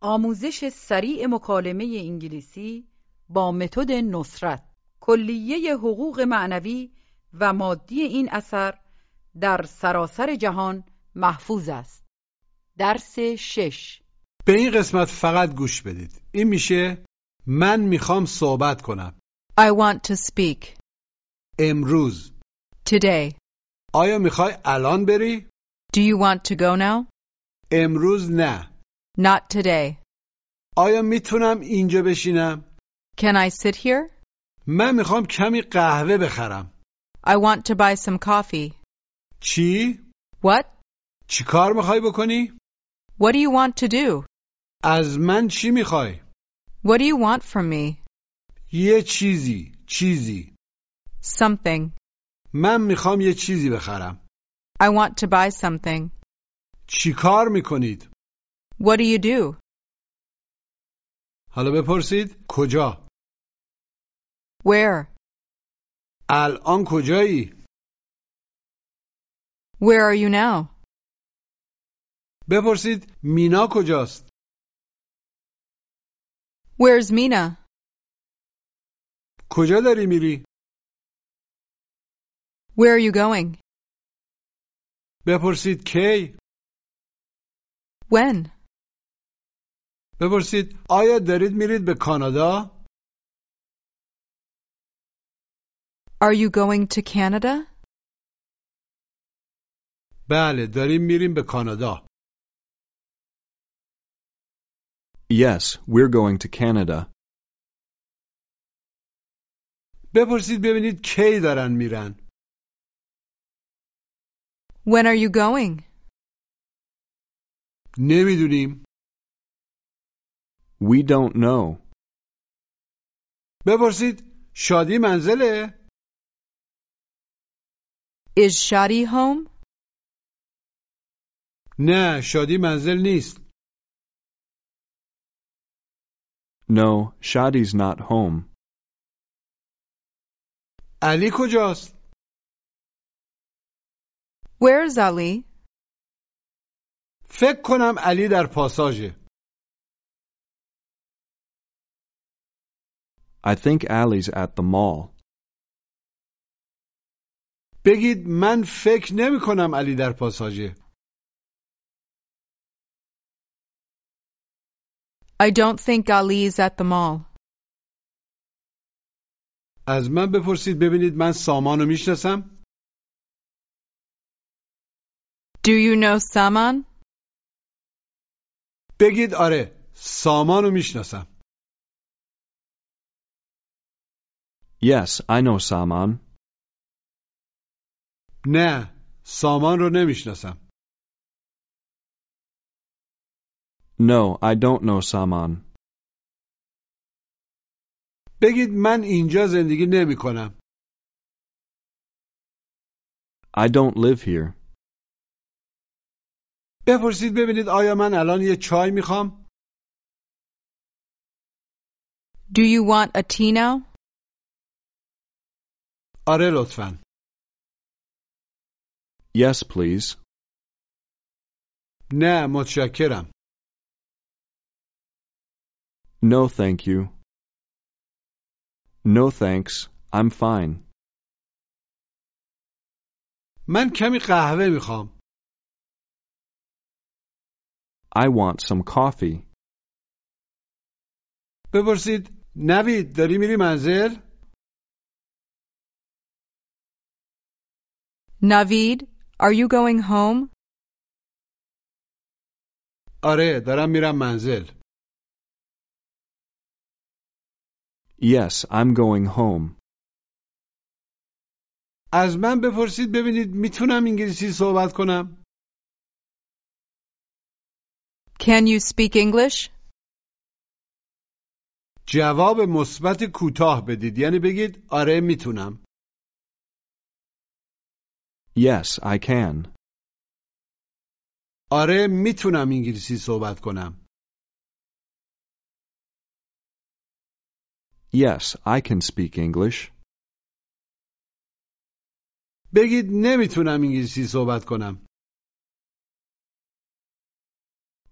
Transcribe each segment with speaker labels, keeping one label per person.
Speaker 1: آموزش سریع مکالمه انگلیسی با متد نصرت کلیه حقوق معنوی و مادی این اثر در سراسر جهان محفوظ است درس شش
Speaker 2: به این قسمت فقط گوش بدید این میشه من میخوام صحبت کنم
Speaker 3: I want to speak
Speaker 2: امروز
Speaker 3: today.
Speaker 2: آیا میخوای الان بری؟
Speaker 3: Do you want to go now?
Speaker 2: امروز نه
Speaker 3: Not today.
Speaker 2: آیا میتونم اینجا بشینم؟
Speaker 3: Can I sit here?
Speaker 2: من میخوام کمی قهوه بخرم
Speaker 3: I want to buy some coffee.
Speaker 2: چی؟
Speaker 3: What?
Speaker 2: چی کار میخوای بکنی؟
Speaker 3: What do you want to do?
Speaker 2: از من چی میخوای؟
Speaker 3: What do you want from me?
Speaker 2: یه چیزی چیزی
Speaker 3: Something.
Speaker 2: من میخوام یه چیزی بخرم
Speaker 3: I want to buy something.
Speaker 2: چی کار میکنید؟
Speaker 3: What do you do?
Speaker 2: حالا بپرسید کجا؟
Speaker 3: Where?
Speaker 2: الان کجایی؟
Speaker 3: Where are you now?
Speaker 2: بپرسید مینا کجاست؟
Speaker 3: Where's Mina?
Speaker 2: کجا داری میری؟
Speaker 3: Where are you going?
Speaker 2: بپرسید کی؟
Speaker 3: When?
Speaker 2: بپرسید آیا دارید میرید به کانادا؟
Speaker 3: Are you going to Canada?
Speaker 2: بله داریم میریم به کانادا.
Speaker 4: Yes, we're going to Canada.
Speaker 2: بپرسید ببینید کی دارن میرن.
Speaker 3: When are you going?
Speaker 2: نمیدونیم.
Speaker 4: We don't know.
Speaker 2: بپرسید شادی منزله؟
Speaker 3: Is Shadi home?
Speaker 2: نه شادی منزل نیست.
Speaker 4: No, Shadi's not home.
Speaker 2: علی کجاست؟
Speaker 3: Where's Ali?
Speaker 2: فکر کنم علی در پاساژه.
Speaker 4: I think Allie's at the mall.
Speaker 2: بگید من فکر نمی کنم علی در پاساژه.
Speaker 3: I don't think Ali's at the mall.
Speaker 2: از من بپرسید ببینید من سامانو میشناسم؟
Speaker 3: Do you know Saman?
Speaker 2: بگید آره سامانو میشناسم.
Speaker 4: Yes, I know Saman.
Speaker 2: نه سامان رو نمیشناسم.
Speaker 4: No, I don't know Saman.
Speaker 2: بگید من اینجا زندگی نمی کنم.
Speaker 4: I don't live here.
Speaker 2: بپرسید ببینید آیا من الان یه چای میخوام؟
Speaker 3: Do you want a tea now?
Speaker 2: آره لطفا.
Speaker 4: Yes, please.
Speaker 2: نه متشکرم.
Speaker 4: No, thank you. No, thanks. I'm fine.
Speaker 2: من کمی قهوه میخوام.
Speaker 4: I want some coffee.
Speaker 2: بپرسید نوید داری میری منزل؟
Speaker 3: Navid, are you going home?
Speaker 2: آره دارم میرم منزل.
Speaker 4: Yes, I'm going home.
Speaker 2: از من بپرسید ببینید میتونم انگلیسی صحبت کنم؟
Speaker 3: Can you speak English?
Speaker 2: جواب مثبت کوتاه بدید یعنی بگید آره میتونم.
Speaker 4: Yes, I can.
Speaker 2: آره میتونم انگلیسی صحبت کنم.
Speaker 4: Yes, I can speak English.
Speaker 2: بگید نمیتونم انگلیسی صحبت کنم.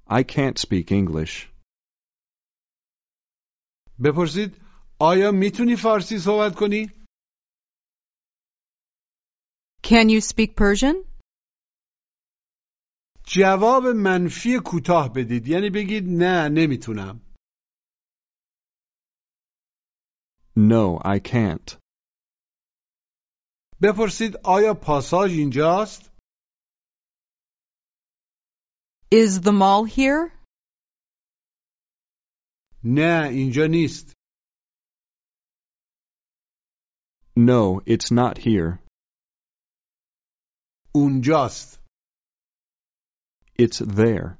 Speaker 4: I can't speak English.
Speaker 2: بپرسید آیا میتونی فارسی صحبت کنی؟
Speaker 3: Can you speak Persian?
Speaker 2: جواب منفی کوتاه بدید یعنی بگید نه نمیتونم
Speaker 4: No, I can't.
Speaker 2: بپرسید آیا پاساژ اینجاست؟
Speaker 3: Is the mall here?
Speaker 2: نه اینجا نیست
Speaker 4: No, it's not here.
Speaker 2: اونجاست
Speaker 4: It's there.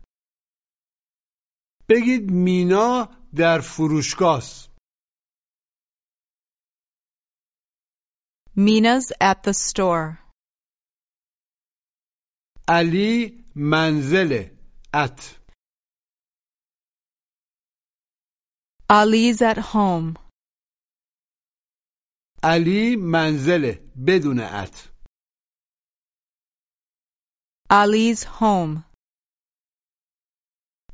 Speaker 2: بگید مینا در فروشگاهست
Speaker 3: Mina's at the store.
Speaker 2: علی منزل ات
Speaker 3: Ali's at home.
Speaker 2: علی منزل بدون ات
Speaker 3: Ali's home.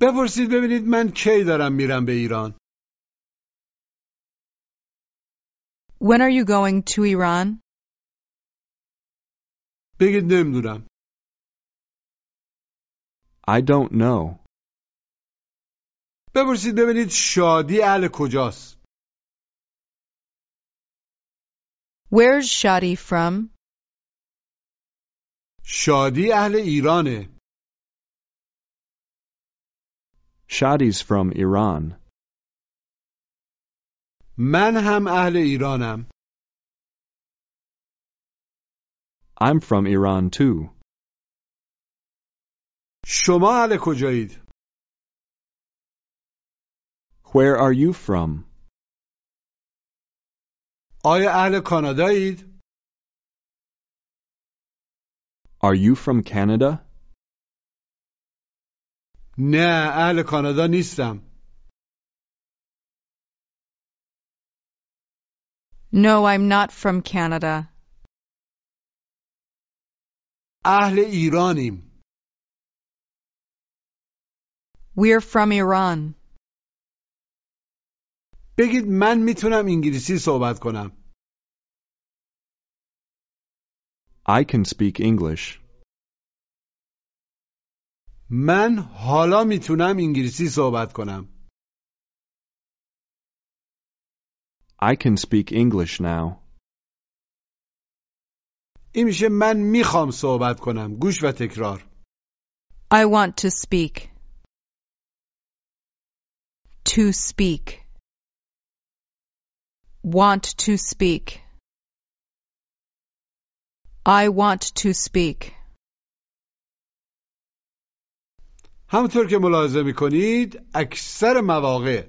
Speaker 2: بپرسید ببینید من کی دارم میرم به ایران
Speaker 3: When are you going to Iran?
Speaker 2: بگید نمیدونم
Speaker 4: I don't know.
Speaker 2: بپرسید ببینید شادی اهل کجاست
Speaker 3: Where's Shadi from?
Speaker 2: شادی اهل ایرانه
Speaker 4: Shadi's from Iran.
Speaker 2: من هم اهل ایرانم
Speaker 4: I'm from Iran too.
Speaker 2: شما اهل کجایید
Speaker 4: Where are you from?
Speaker 2: آیا اهل کانادایید
Speaker 4: Are you from Canada?
Speaker 2: نه اهل کانادا نیستم
Speaker 3: No, I'm not from Canada.
Speaker 2: اهل ایرانیم
Speaker 3: We're from Iran.
Speaker 2: بگید من میتونم انگلیسی صحبت کنم
Speaker 4: I can speak English.
Speaker 2: من حالا میتونم انگلیسی صحبت کنم
Speaker 4: I can speak English now.
Speaker 2: این میشه من میخوام صحبت کنم گوش و تکرار
Speaker 3: I want to speak. To speak. Want to speak. I want to speak.
Speaker 2: همطور که ملاحظه میکنید اکثر مواقع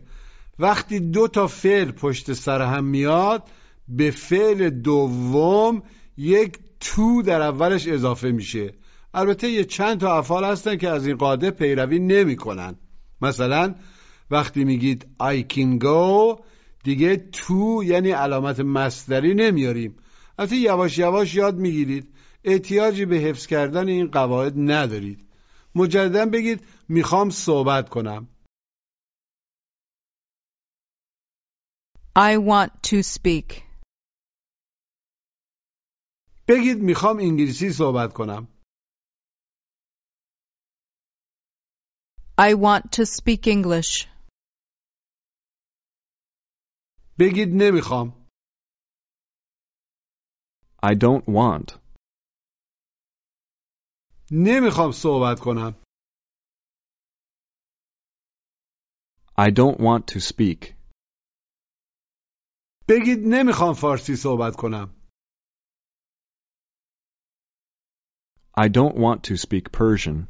Speaker 2: وقتی دو تا فعل پشت سر هم میاد به فعل دوم یک تو در اولش اضافه میشه البته یه چند تا افعال هستن که از این قاعده پیروی نمیکنن مثلا وقتی میگید I can go دیگه تو یعنی علامت مصدری نمیاریم البته یواش یواش یاد میگیرید احتیاجی به حفظ کردن این قواعد ندارید مجددا بگید میخوام صحبت کنم
Speaker 3: I want to speak.
Speaker 2: بگید میخوام انگلیسی صحبت کنم
Speaker 3: I want to speak English.
Speaker 2: بگید نمیخوام
Speaker 4: I don't want.
Speaker 2: نمیخوام صحبت کنم
Speaker 4: I don't want to speak.
Speaker 2: بگید نمیخوام فارسی صحبت کنم
Speaker 4: I don't want to speak Persian.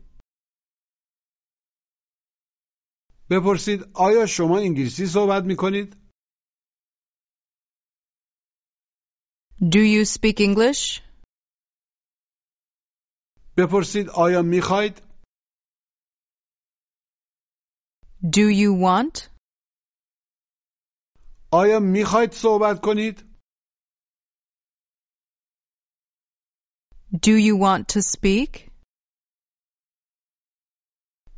Speaker 2: بپرسید آیا شما انگلیسی صحبت میکنید؟
Speaker 3: Do you speak English?
Speaker 2: بپرسید آیا میخواید؟
Speaker 3: Do you want?
Speaker 2: آیا میخواید صحبت کنید؟
Speaker 3: Do you want to speak?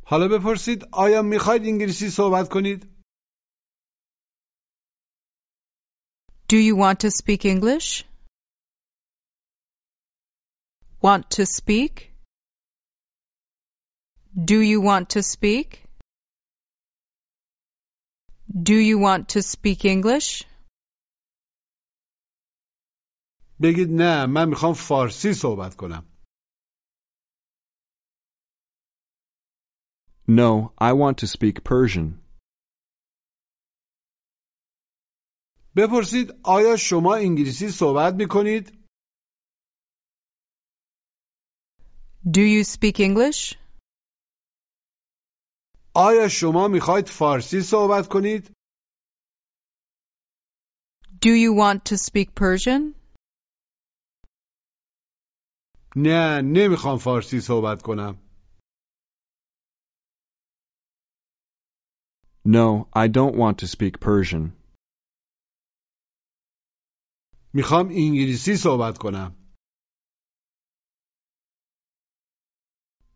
Speaker 2: حالا بپرسید آیا میخواید انگلیسی صحبت کنید؟
Speaker 3: Do you want to speak English? Want to speak? Do you want to speak? Do you want to speak English?
Speaker 2: بگید نه من میخوام فارسی صحبت کنم
Speaker 4: No, I want to speak Persian.
Speaker 2: بپرسید آیا شما انگلیسی صحبت میکنید؟
Speaker 3: Do you speak English?
Speaker 2: آیا شما میخواید فارسی صحبت کنید؟
Speaker 3: Do you want to speak Persian?
Speaker 2: نه نمیخوام فارسی صحبت کنم
Speaker 4: No, I don't want to speak Persian.
Speaker 2: میخوام انگلیسی صحبت کنم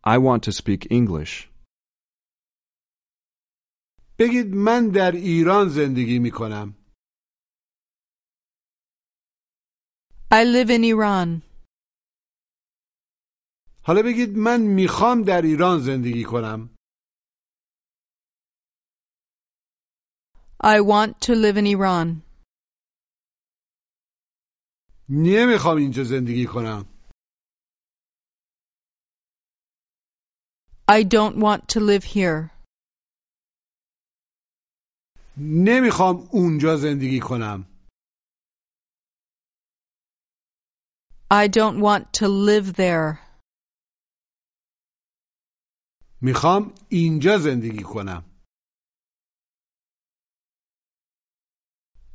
Speaker 4: I want to speak English.
Speaker 2: بگید من در ایران زندگی میکنم
Speaker 3: I live in Iran.
Speaker 2: حالا بگید من میخوام در ایران زندگی کنم
Speaker 3: I want to live in Iran.
Speaker 2: نمیخوام اینجا زندگی کنم
Speaker 3: I don't want to live here.
Speaker 2: نمیخوام اونجا زندگی کنم
Speaker 3: I don't want to live there.
Speaker 2: میخوام اینجا زندگی کنم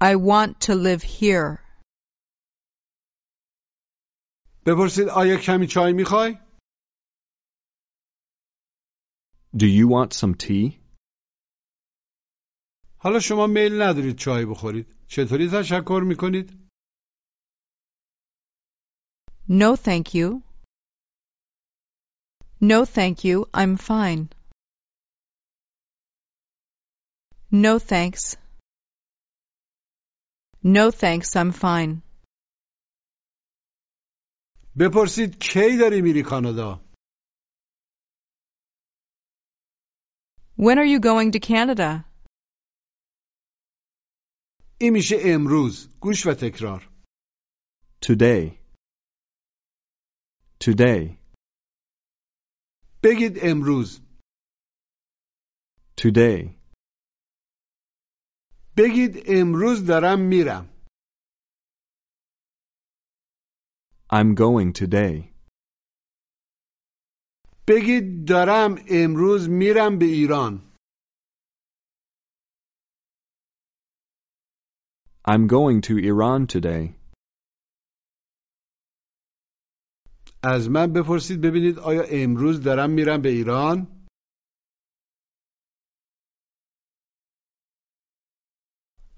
Speaker 3: I want to live here.
Speaker 2: بپرسید آیا کمی چای میخوای؟
Speaker 4: Do you want some tea?
Speaker 2: حالا شما میل ندارید چای بخورید چطوری تشکر میکنید؟
Speaker 3: No, thank you. No, thank you. I'm fine. No, thanks. No, thanks. I'm fine.
Speaker 2: بپرسید کی داری میری کانادا؟
Speaker 3: When are you going to Canada?
Speaker 2: این میشه امروز گوش و تکرار
Speaker 4: Today. Today.
Speaker 2: بگید امروز
Speaker 4: Today.
Speaker 2: بگید امروز دارم میرم
Speaker 4: I'm going today.
Speaker 2: بگید دارم امروز میرم به ایران
Speaker 4: I'm going to Iran today.
Speaker 2: از من بپرسید ببینید آیا امروز دارم میرم به ایران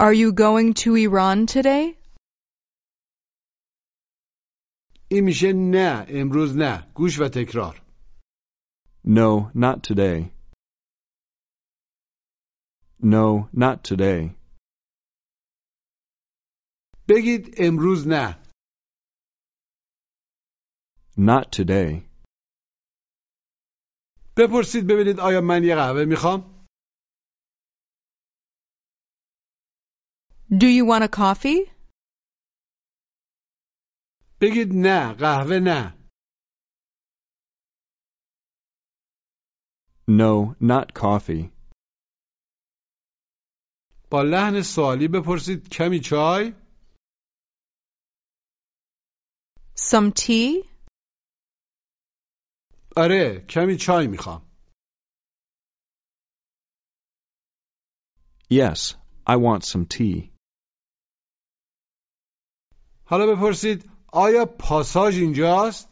Speaker 3: Are you going to Iran today?
Speaker 2: این میشه نه امروز نه گوش و تکرار
Speaker 4: No, not today. No, not today.
Speaker 2: بگید امروز نه
Speaker 4: Not today.
Speaker 2: بپرسید ببینید آیا من یه قهوه میخوام
Speaker 3: Do you want a coffee?
Speaker 2: بگید نه قهوه نه
Speaker 4: No, not coffee.
Speaker 2: با لحن سوالی بپرسید کمی چای
Speaker 3: Some tea?
Speaker 2: آره کمی چای میخوام
Speaker 4: Yes, I want some tea.
Speaker 2: حالا بپرسید آیا پاساژ اینجاست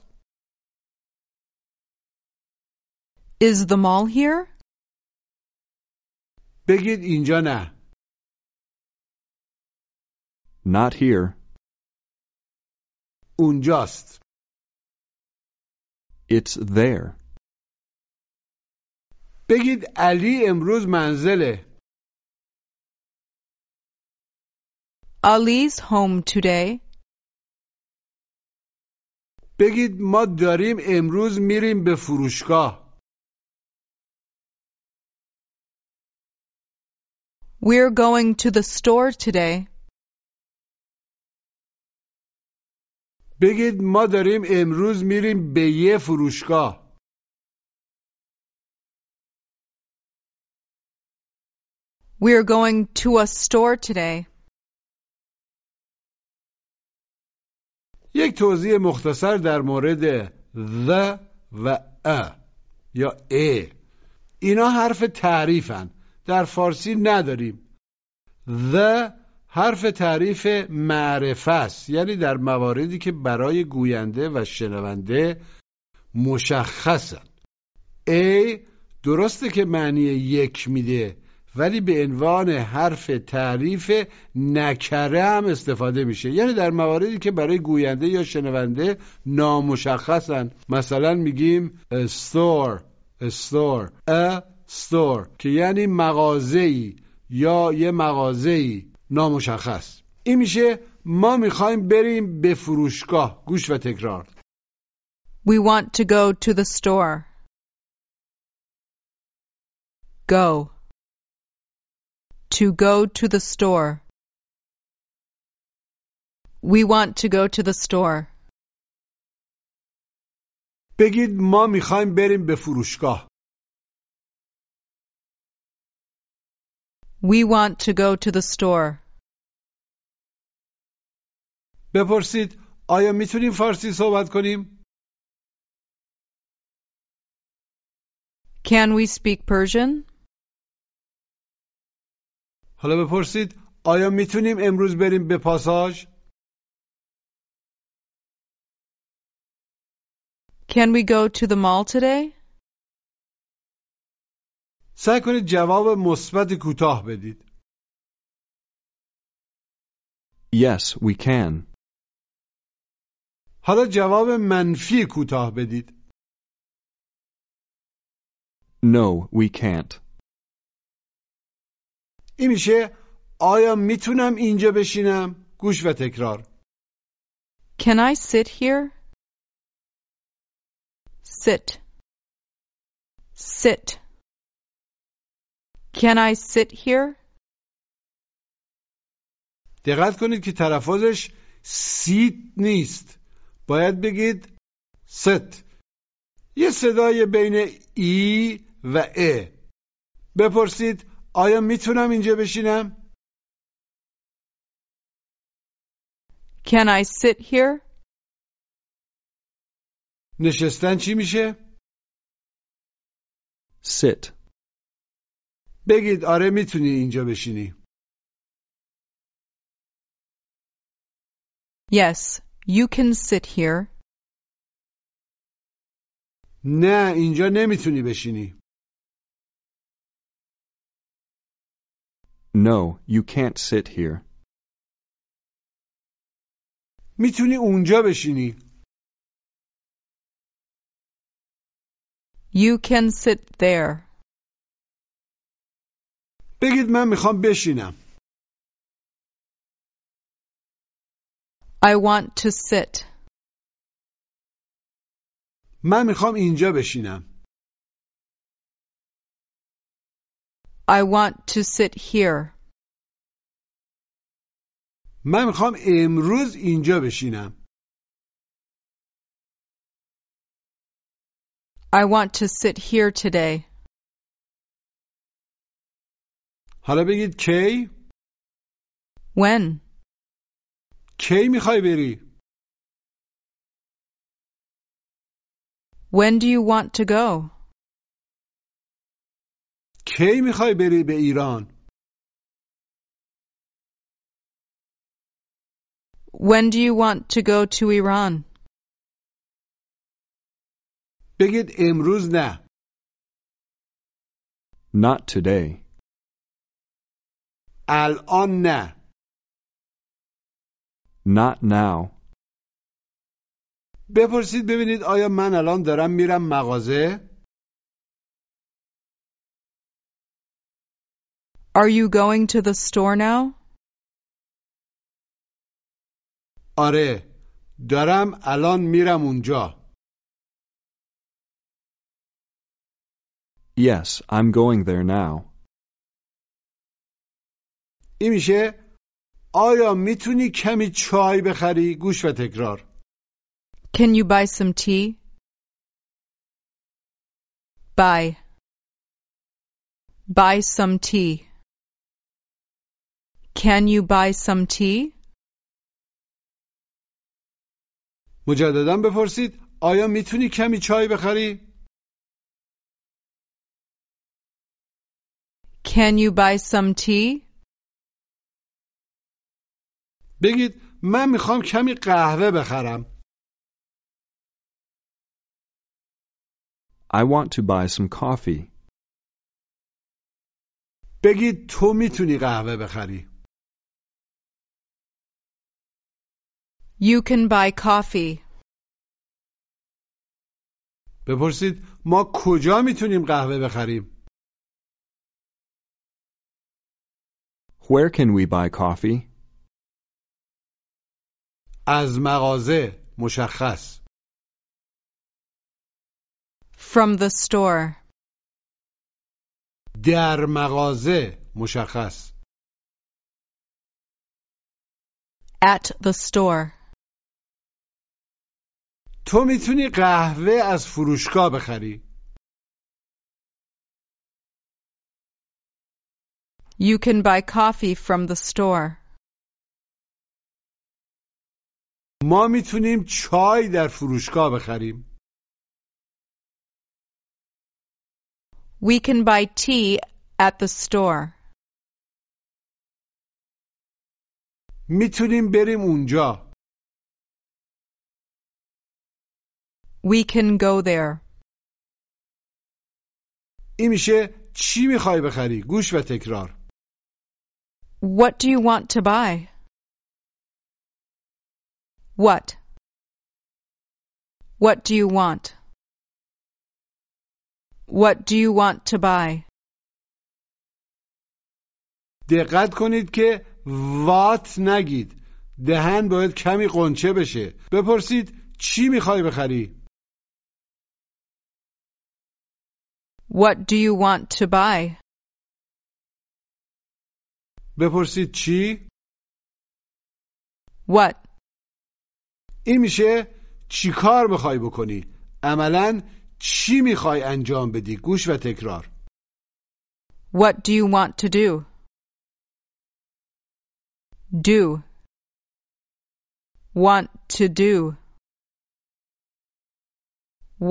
Speaker 3: Is the mall here?
Speaker 2: بگید اینجا نه
Speaker 4: Not here.
Speaker 2: اونجاست
Speaker 4: It's there.
Speaker 2: بگید علی امروز منزله
Speaker 3: Ali's home today.
Speaker 2: بگید ما داریم امروز میریم به فروشگاه
Speaker 3: We're going to the store today.
Speaker 2: بگید ما داریم امروز میریم به یه فروشگاه
Speaker 3: We're going to a store today.
Speaker 2: یک توضیح مختصر در مورد the و ا یا ا اینا حرف تعریفن در فارسی نداریم the حرف تعریف معرفه است یعنی در مواردی که برای گوینده و شنونده مشخصن A درسته که معنی یک میده ولی به عنوان حرف تعریف نکره هم استفاده میشه یعنی در مواردی که برای گوینده یا شنونده نامشخصن مثلا میگیم استور استور ا store که یعنی مغازه‌ای یا یه مغازه‌ای نامشخص این میشه ما میخوایم بریم به فروشگاه گوش و تکرار
Speaker 3: We want to go to the store. Go. To go to the store. We want to go to the store.
Speaker 2: بگید ما میخوایم بریم به فروشگاه
Speaker 3: We want to go to the store.
Speaker 2: بپرسید آیا میتونیم فارسی صحبت کنیم؟
Speaker 3: Can we speak Persian?
Speaker 2: حالا بپرسید آیا میتونیم امروز بریم به پاساژ؟
Speaker 3: Can we go to the mall today?
Speaker 2: سعی کنید جواب مثبت کوتاه بدید
Speaker 4: Yes, we can.
Speaker 2: حالا جواب منفی کوتاه بدید
Speaker 4: No, we can't.
Speaker 2: این میشه آیا میتونم اینجا بشینم؟ گوش و تکرار
Speaker 3: Can I sit here? Sit. Sit. Can I sit here?
Speaker 2: دقت کنید که تلفظش سیت نیست باید بگید ست یه صدای بین ای و ا بپرسید آیا میتونم اینجا بشینم؟
Speaker 3: Can I sit here?
Speaker 2: نشستن چی میشه؟
Speaker 4: Sit.
Speaker 2: بگید آره میتونی اینجا بشینی
Speaker 3: Yes, you can sit here.
Speaker 2: نه اینجا نمیتونی بشینی
Speaker 4: No, you can't sit here.
Speaker 2: میتونی اونجا بشینی
Speaker 3: You can sit there.
Speaker 2: بگید من میخوام بشینم
Speaker 3: I want to sit.
Speaker 2: من میخوام اینجا بشینم
Speaker 3: I want to sit here.
Speaker 2: من میخوام امروز اینجا بشینم
Speaker 3: I want to sit here today.
Speaker 2: حالا بگید کی
Speaker 3: When?
Speaker 2: کی میخوای بری
Speaker 3: When do you want to go?
Speaker 2: کی میخوای بری به ایران
Speaker 3: When do you want to go to Iran?
Speaker 2: بگید امروز نه
Speaker 4: Not today.
Speaker 2: الان نه
Speaker 4: Not now.
Speaker 2: بپرسید ببینید آیا من الان دارم میرم مغازه
Speaker 3: Are you going to the store now?
Speaker 2: آره دارم الان میرم اونجا
Speaker 4: Yes, I'm going there now.
Speaker 2: این میشه آیا میتونی کمی چای بخری؟ گوش و تکرار
Speaker 3: Can you buy some tea? Buy. Buy some tea. Can you buy some tea?
Speaker 2: مجددا بپرسید آیا میتونی کمی چای بخری؟
Speaker 3: Can you buy some tea?
Speaker 2: بگید من میخوام کمی قهوه بخرم
Speaker 4: I want to buy some coffee.
Speaker 2: بگید تو میتونی قهوه بخری
Speaker 3: You can buy coffee.
Speaker 2: بپرسید ما کجا میتونیم قهوه بخریم؟
Speaker 4: Where can we buy coffee?
Speaker 2: از مغازه مشخص
Speaker 3: From the store.
Speaker 2: در مغازه مشخص
Speaker 3: At the store.
Speaker 2: تو میتونی قهوه از فروشگاه بخری
Speaker 3: You can buy coffee from the store.
Speaker 2: ما میتونیم چای در فروشگاه بخریم
Speaker 3: We can buy tea at the store.
Speaker 2: میتونیم بریم اونجا
Speaker 3: We can go there.
Speaker 2: این میشه چی میخوای بخری؟ گوش و تکرار
Speaker 3: What do you want to buy? What? What do you want? What do you want to buy?
Speaker 2: دقت کنید که وات نگید دهن باید کمی قنچه بشه بپرسید چی میخوای بخری؟
Speaker 3: What do you want to buy?
Speaker 2: بپرسید چی؟
Speaker 3: What?
Speaker 2: این میشه چی کار میخوای بکنی؟ عملا چی میخوای انجام بدی؟ گوش و تکرار
Speaker 3: What do you want to do? Do. Want to do.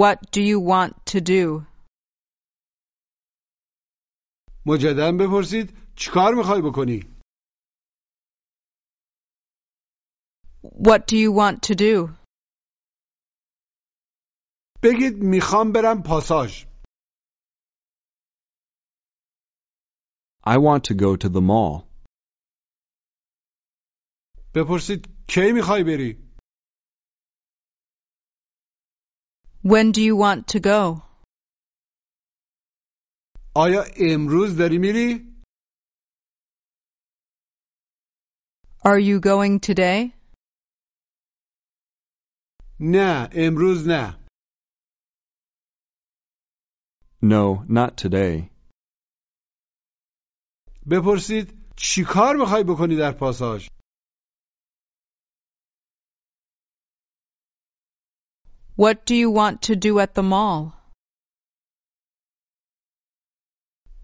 Speaker 3: What do you want to do?
Speaker 2: مجددا بپرسید چیکار میخوای بکنی؟
Speaker 3: What do you want to do?
Speaker 2: بگید میخوام برم پاساژ
Speaker 4: I want to go to the mall.
Speaker 2: بپرسید کی میخوای بری؟
Speaker 3: When do you want to go?
Speaker 2: آیا امروز داری میری؟
Speaker 3: Are you going today?
Speaker 2: نه امروز نه
Speaker 4: No, not today.
Speaker 2: بپرسید چیکار میخوای بکنی در پاساژ؟
Speaker 3: What do you want to do at the mall?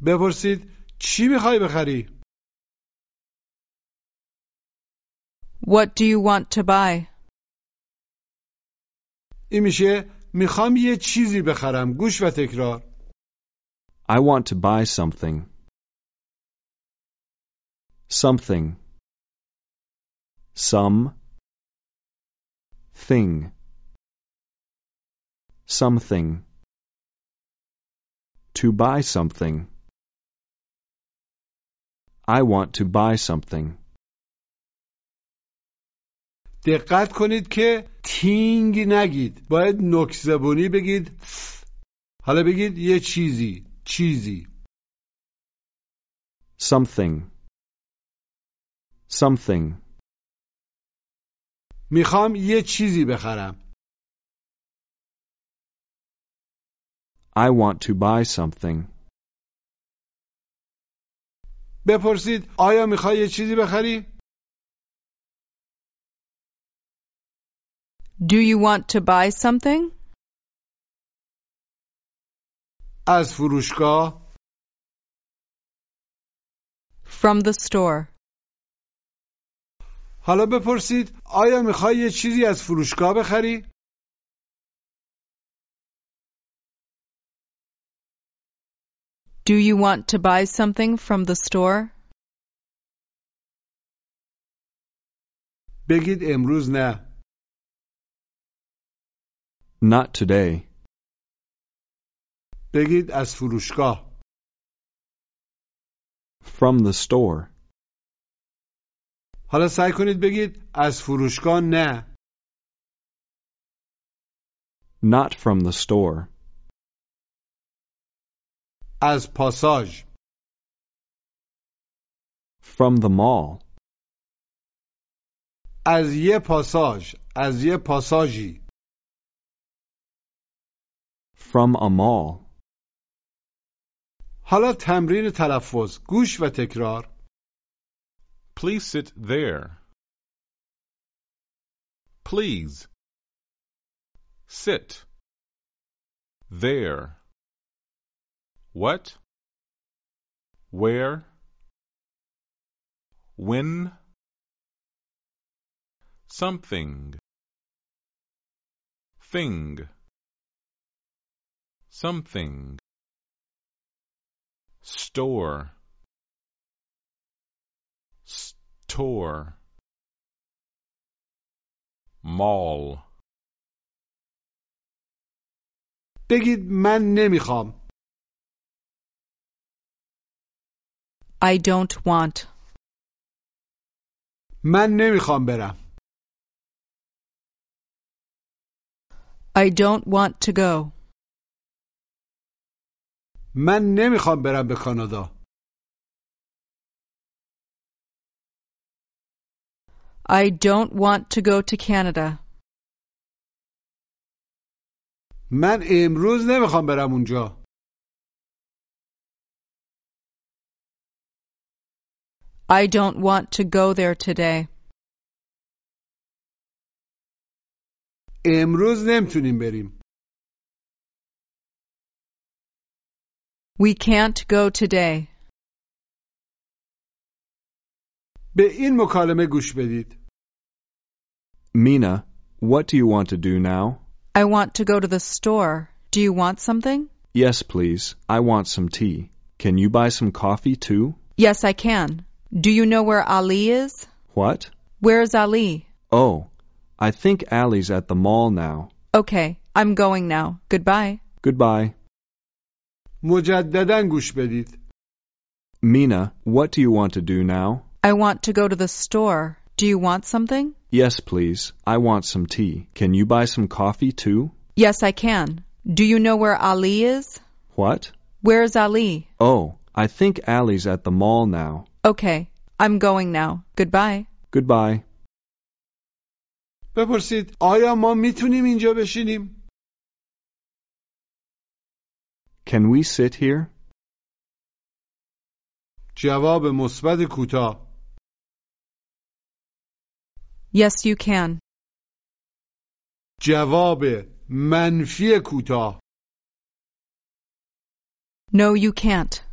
Speaker 2: بپرسید چی میخوای بخری؟
Speaker 3: What do you want to buy?
Speaker 2: این میشه میخوام یه چیزی بخرم گوش و تکرار
Speaker 4: I want to buy something. Something. Some. Thing. Something. To buy something. I want to buy something.
Speaker 2: دقت کنید که تینگ نگید باید نکزبونی بگید ف. حالا بگید یه چیزی چیزی
Speaker 4: Something. Something.
Speaker 2: میخوام یه چیزی بخرم
Speaker 4: I want to buy something.
Speaker 2: بپرسید آیا میخوای یه چیزی بخری؟
Speaker 3: Do you want to buy something?
Speaker 2: از فروشگاه
Speaker 3: From the store.
Speaker 2: حالا بپرسید آیا میخوای یه چیزی از فروشگاه بخری؟
Speaker 3: Do you want to buy something from the store?
Speaker 2: بگید امروز نه
Speaker 4: Not today.
Speaker 2: بگید از فروشگاه
Speaker 4: From the store.
Speaker 2: حالا سعی کنید بگید از فروشگاه نه
Speaker 4: Not from the store.
Speaker 2: از پاساژ
Speaker 4: From the mall.
Speaker 2: از یه پاساژ از یه پاساژی
Speaker 4: From a mall.
Speaker 2: حالا تمرین تلفظ گوش و تکرار
Speaker 5: Please sit there. Please. Sit. There. What? Where? When? Something. Thing. Something. Store. Store. Mall.
Speaker 2: بگید من نمیخوام
Speaker 3: I don't want.
Speaker 2: من نمیخوام برم
Speaker 3: I don't want to go.
Speaker 2: من نمیخوام برم به کانادا
Speaker 3: I don't want to go to Canada.
Speaker 2: من امروز نمیخوام برم اونجا
Speaker 3: I don't want to go there today.
Speaker 2: امروز نمیتونیم بریم
Speaker 3: We can't go today.
Speaker 2: به این مکالمه گوش بدید
Speaker 4: Mina, what do you want to do now?
Speaker 3: I want to go to the store. Do you want something?
Speaker 4: Yes, please. I want some tea. Can you buy some coffee too?
Speaker 3: Yes, I can. Do you know where Ali is?
Speaker 4: What?
Speaker 3: Where is Ali?
Speaker 4: Oh, I think Allie's at the mall now.
Speaker 3: Okay, I'm going now. Goodbye.
Speaker 4: Goodbye.
Speaker 2: مجددا گوش بدید
Speaker 4: Mina, what do you want to do now?
Speaker 3: I want to go to the store. Do you want something?
Speaker 4: Yes, please. I want some tea. Can you buy some coffee too?
Speaker 3: Yes, I can. Do you know where Ali is?
Speaker 4: What?
Speaker 3: Where is Ali?
Speaker 4: Oh, I think Allie's at the mall now.
Speaker 3: Okay, I'm going now. Goodbye.
Speaker 4: Goodbye.
Speaker 2: بپرسید آیا ما میتونیم اینجا بشینیم
Speaker 4: Can we sit here?
Speaker 2: جواب مثبت کوتاه
Speaker 3: Yes, you can.
Speaker 2: جواب منفی کوتاه
Speaker 3: No, you can't.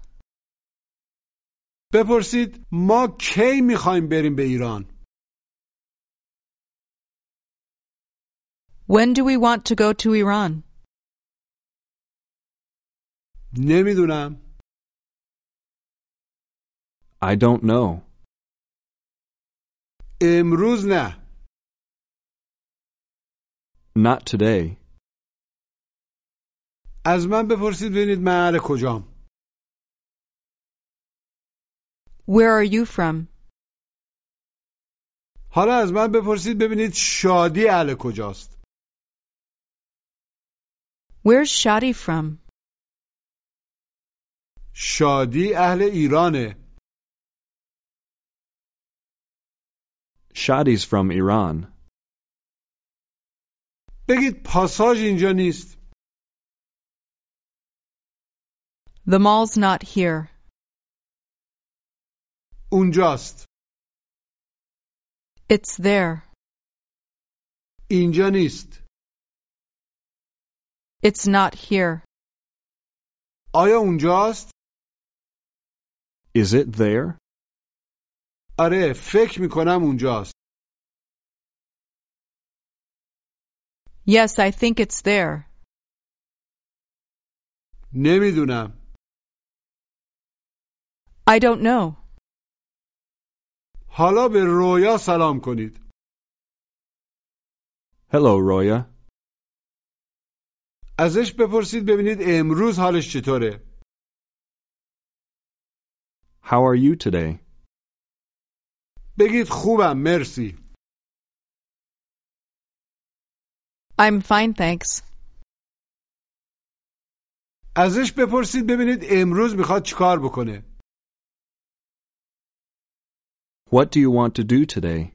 Speaker 2: بپرسید ما کی میخوایم بریم به ایران
Speaker 3: When do we want to go to Iran?
Speaker 2: نمیدونم
Speaker 4: I don't know.
Speaker 2: امروز نه
Speaker 4: Not today.
Speaker 2: از من بپرسید ببینید من اهل کجام
Speaker 3: Where are you from?
Speaker 2: حالا از من بپرسید ببینید شادی اهل کجاست
Speaker 3: Where's Shadi from?
Speaker 2: شادی اهل ایرانه
Speaker 4: Shadi's from Iran.
Speaker 2: بگید پاساژ اینجا نیست
Speaker 3: The mall's not here.
Speaker 2: اونجاست
Speaker 3: It's there.
Speaker 2: اینجا نیست
Speaker 3: It's not here.
Speaker 2: آیا اونجاست؟
Speaker 4: Is it there?
Speaker 2: آره فکر میکنم اونجاست
Speaker 3: Yes, I think it's there.
Speaker 2: نمیدونم
Speaker 3: I don't know.
Speaker 2: حالا به رویا سلام کنید
Speaker 4: Hello, Roya.
Speaker 2: ازش بپرسید ببینید امروز حالش چطوره
Speaker 4: How are you today?
Speaker 2: بگید خوبم مرسی
Speaker 3: I'm fine, thanks.
Speaker 2: ازش بپرسید ببینید امروز میخواد چیکار بکنه
Speaker 4: What do you want to do today?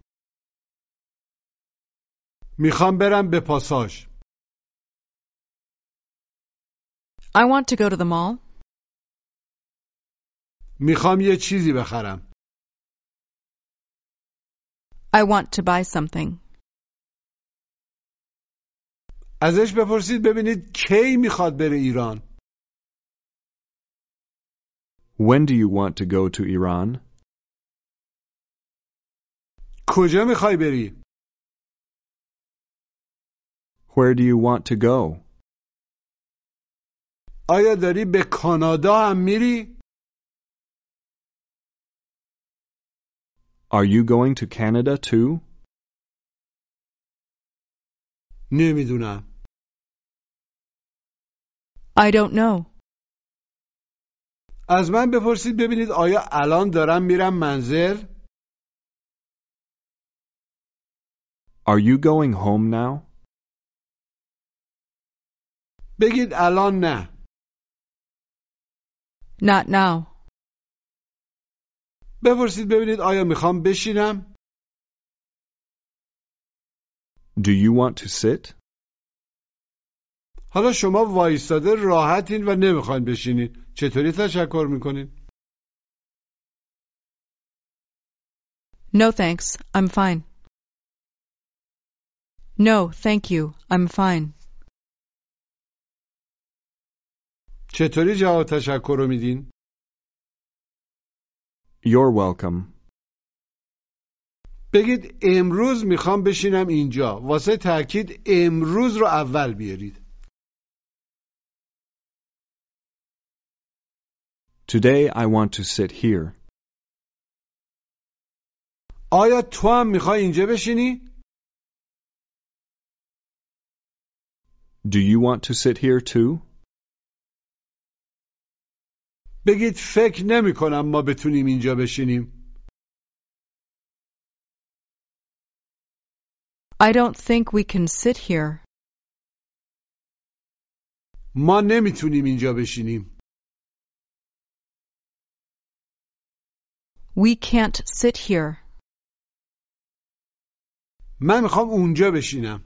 Speaker 2: میخوام برم به پاساژ
Speaker 3: I want to go to the mall.
Speaker 2: میخوام یه چیزی بخرم
Speaker 3: I want to buy something.
Speaker 2: ازش بپرسید ببینید کی میخواد بره ایران
Speaker 4: When do you want to go to Iran?
Speaker 2: کجا میخوای بری
Speaker 4: Where do you want to go?
Speaker 2: آیا داری به کانادا هم میری
Speaker 4: Are you going to Canada too?
Speaker 2: نمیدونم
Speaker 3: I don't know.
Speaker 2: از من بپرسید ببینید آیا الان دارم میرم منزل
Speaker 4: Are you going home now?
Speaker 2: بگید الان نه
Speaker 3: Not now.
Speaker 2: بپرسید ببینید آیا میخوام بشینم
Speaker 4: Do you want to sit?
Speaker 2: حالا شما وایستاده راحتین و نمیخواین بشینید چطوری تشکر میکنین
Speaker 3: No, thanks. I'm fine. No, thank you. I'm fine.
Speaker 2: چطوری جواب تشکر رو میدین
Speaker 4: You're welcome.
Speaker 2: بگید امروز میخوام بشینم اینجا واسه تاکید امروز رو اول بیارید
Speaker 4: Today I want to sit here.
Speaker 2: آیا تو هم میخوای اینجا بشینی
Speaker 4: Do you want to sit here too?
Speaker 2: بگید فکر نمی کنم ما بتونیم اینجا بشینیم
Speaker 3: I don't think we can sit here.
Speaker 2: ما نمیتونیم اینجا بشینیم
Speaker 3: We can't sit here.
Speaker 2: من میخوام اونجا بشینم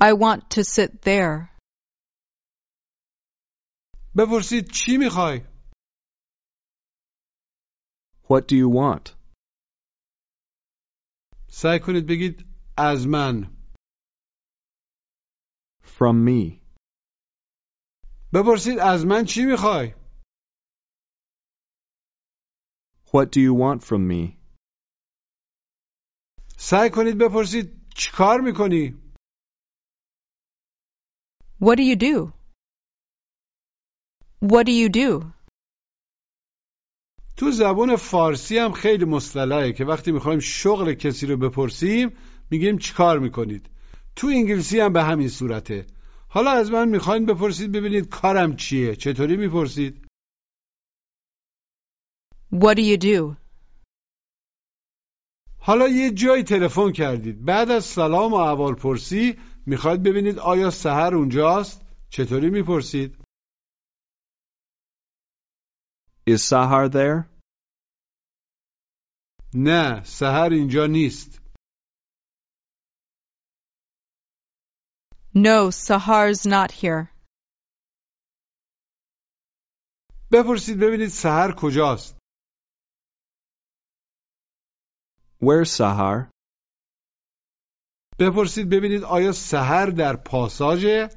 Speaker 3: I want to sit there.
Speaker 2: بپرسید چی میخوای
Speaker 4: What do you want?
Speaker 2: سعی کنید بگید از من
Speaker 4: From me.
Speaker 2: بپرسید از من چی میخوای
Speaker 4: What do you want from me?
Speaker 2: سعی کنید بپرسید چیکار میکنی
Speaker 3: What do you do? What do you do?
Speaker 2: تو زبان فارسی هم خیلی مصطلحه که وقتی میخوایم شغل کسی رو بپرسیم میگیم چیکار میکنید تو انگلیسی هم به همین صورته حالا از من میخواین بپرسید ببینید کارم چیه چطوری میپرسید
Speaker 3: What do you do?
Speaker 2: حالا یه جایی تلفن کردید بعد از سلام و احوالپرسی میخواید ببینید آیا سحر اونجاست چطوری میپرسید
Speaker 4: Is Sahar there?
Speaker 2: نه سحر اینجا نیست
Speaker 3: No, Sahar's not here.
Speaker 2: بپرسید ببینید سهر کجاست
Speaker 4: Where's Sahar?
Speaker 2: بپرسید ببینید آیا سهر در پاساژه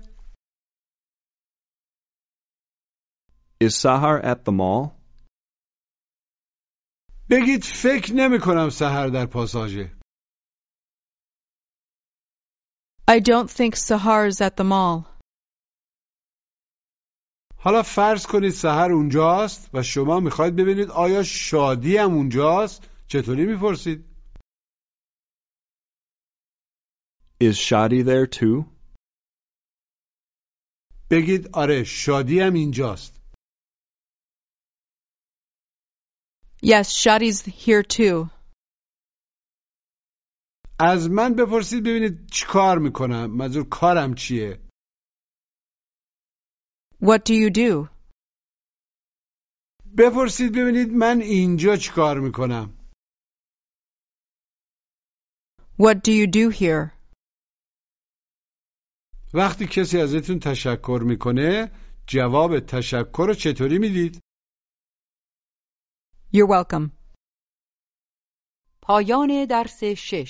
Speaker 4: Is Sahar at the mall?
Speaker 2: بگید فکر نمی کنم سهر در پاساژه
Speaker 3: I don't think Sahar's at the mall.
Speaker 2: حالا فرض کنید سهر اونجاست و شما میخواید ببینید آیا شادی هم اونجاست چطوری میپرسید
Speaker 4: Is Shadi there too?
Speaker 2: بگید آره شادی هم اینجاست
Speaker 3: Yes, Shadi's here too.
Speaker 2: از من بپرسید ببینید چی کار میکنم منظور کارم چیه
Speaker 3: What do you do?
Speaker 2: بپرسید ببینید من اینجا چی کار میکنم
Speaker 3: What do you do here?
Speaker 2: وقتی کسی ازتون تشکر میکنه جواب تشکر رو چطوری میدید
Speaker 3: You're welcome.
Speaker 1: پایان درس شش